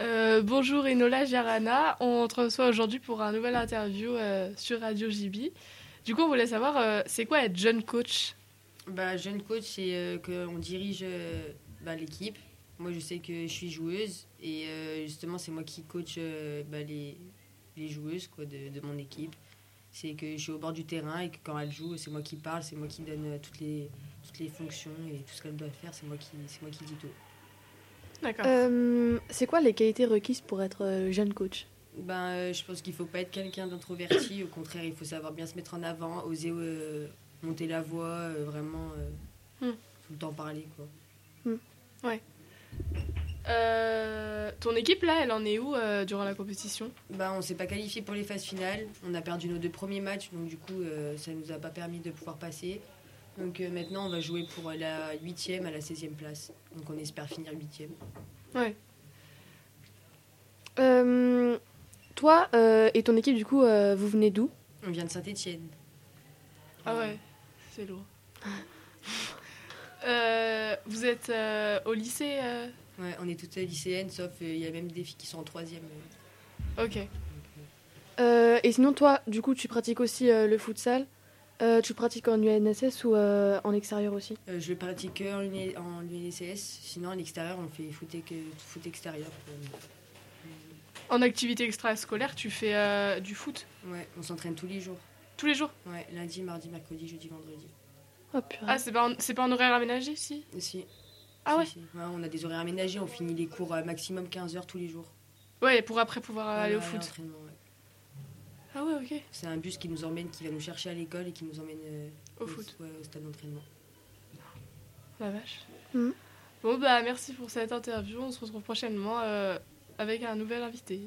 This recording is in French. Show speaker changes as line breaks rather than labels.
Euh, bonjour Enola Jarana, on te reçoit aujourd'hui pour un nouvel interview euh, sur Radio JB. Du coup, on voulait savoir, euh, c'est quoi être jeune coach
Bah, jeune coach, c'est euh, qu'on dirige euh, bah, l'équipe. Moi, je sais que je suis joueuse et euh, justement, c'est moi qui coach euh, bah, les, les joueuses quoi, de, de mon équipe. C'est que je suis au bord du terrain et que quand elles jouent, c'est moi qui parle, c'est moi qui donne euh, toutes, les, toutes les fonctions et tout ce qu'elles doivent faire, c'est moi, qui- c'est moi qui dis tout.
D'accord.
Euh, c'est quoi les qualités requises pour être euh, jeune coach
Ben, euh, je pense qu'il faut pas être quelqu'un d'introverti. Au contraire, il faut savoir bien se mettre en avant, oser euh, monter la voix, euh, vraiment euh,
Hmm.
tout le temps parler. Quoi.
Euh, ton équipe, là, elle en est où euh, durant la compétition
Ben, on s'est pas qualifié pour les phases finales. On a perdu nos deux premiers matchs, donc du coup, euh, ça nous a pas permis de pouvoir passer. Donc euh, maintenant, on va jouer pour la 8e à la 16e place. Donc on espère finir 8e.
Euh, Toi euh, et ton équipe, du coup, euh, vous venez d'où
On vient de Saint-Etienne.
Ah ouais, c'est lourd. Euh, vous êtes euh, au lycée euh
Ouais, on est toutes lycéennes, sauf euh, il y a même des filles qui sont en 3e. euh,
Ok.
donc, euh,
Euh, Et sinon, toi, du coup, tu pratiques aussi euh, le futsal Euh, Tu pratiques en UNSS ou euh, en extérieur aussi
Euh, je le pratique en, uni- en UNSS, sinon à l'extérieur on fait foot, ex- foot extérieur.
En activité extrascolaire, tu fais euh, du foot
Ouais, on s'entraîne tous les jours.
tous les jours
Ouais, lundi, mardi, mercredi, jeudi, vendredi.
Oh purée.
Ah, c'est pas, en- c'est pas en horaire aménagé, si
Si.
Ah
si,
ouais
si. On a des horaires aménagés, on finit les cours à maximum 15h tous les jours.
Ouais, pour après pouvoir
Ouais,
aller au
ouais,
Ah, foot.
l'entraînement, ouais.
Ah ouais, ok.
C'est un bus qui nous emmène, qui va nous chercher à l'école et qui nous emmène euh,
Au foot.
ouais, au stade d'entraînement.
La vache.
Mhm.
Bon, bah merci pour cette interview. On se retrouve prochainement euh, avec un nouvel invité.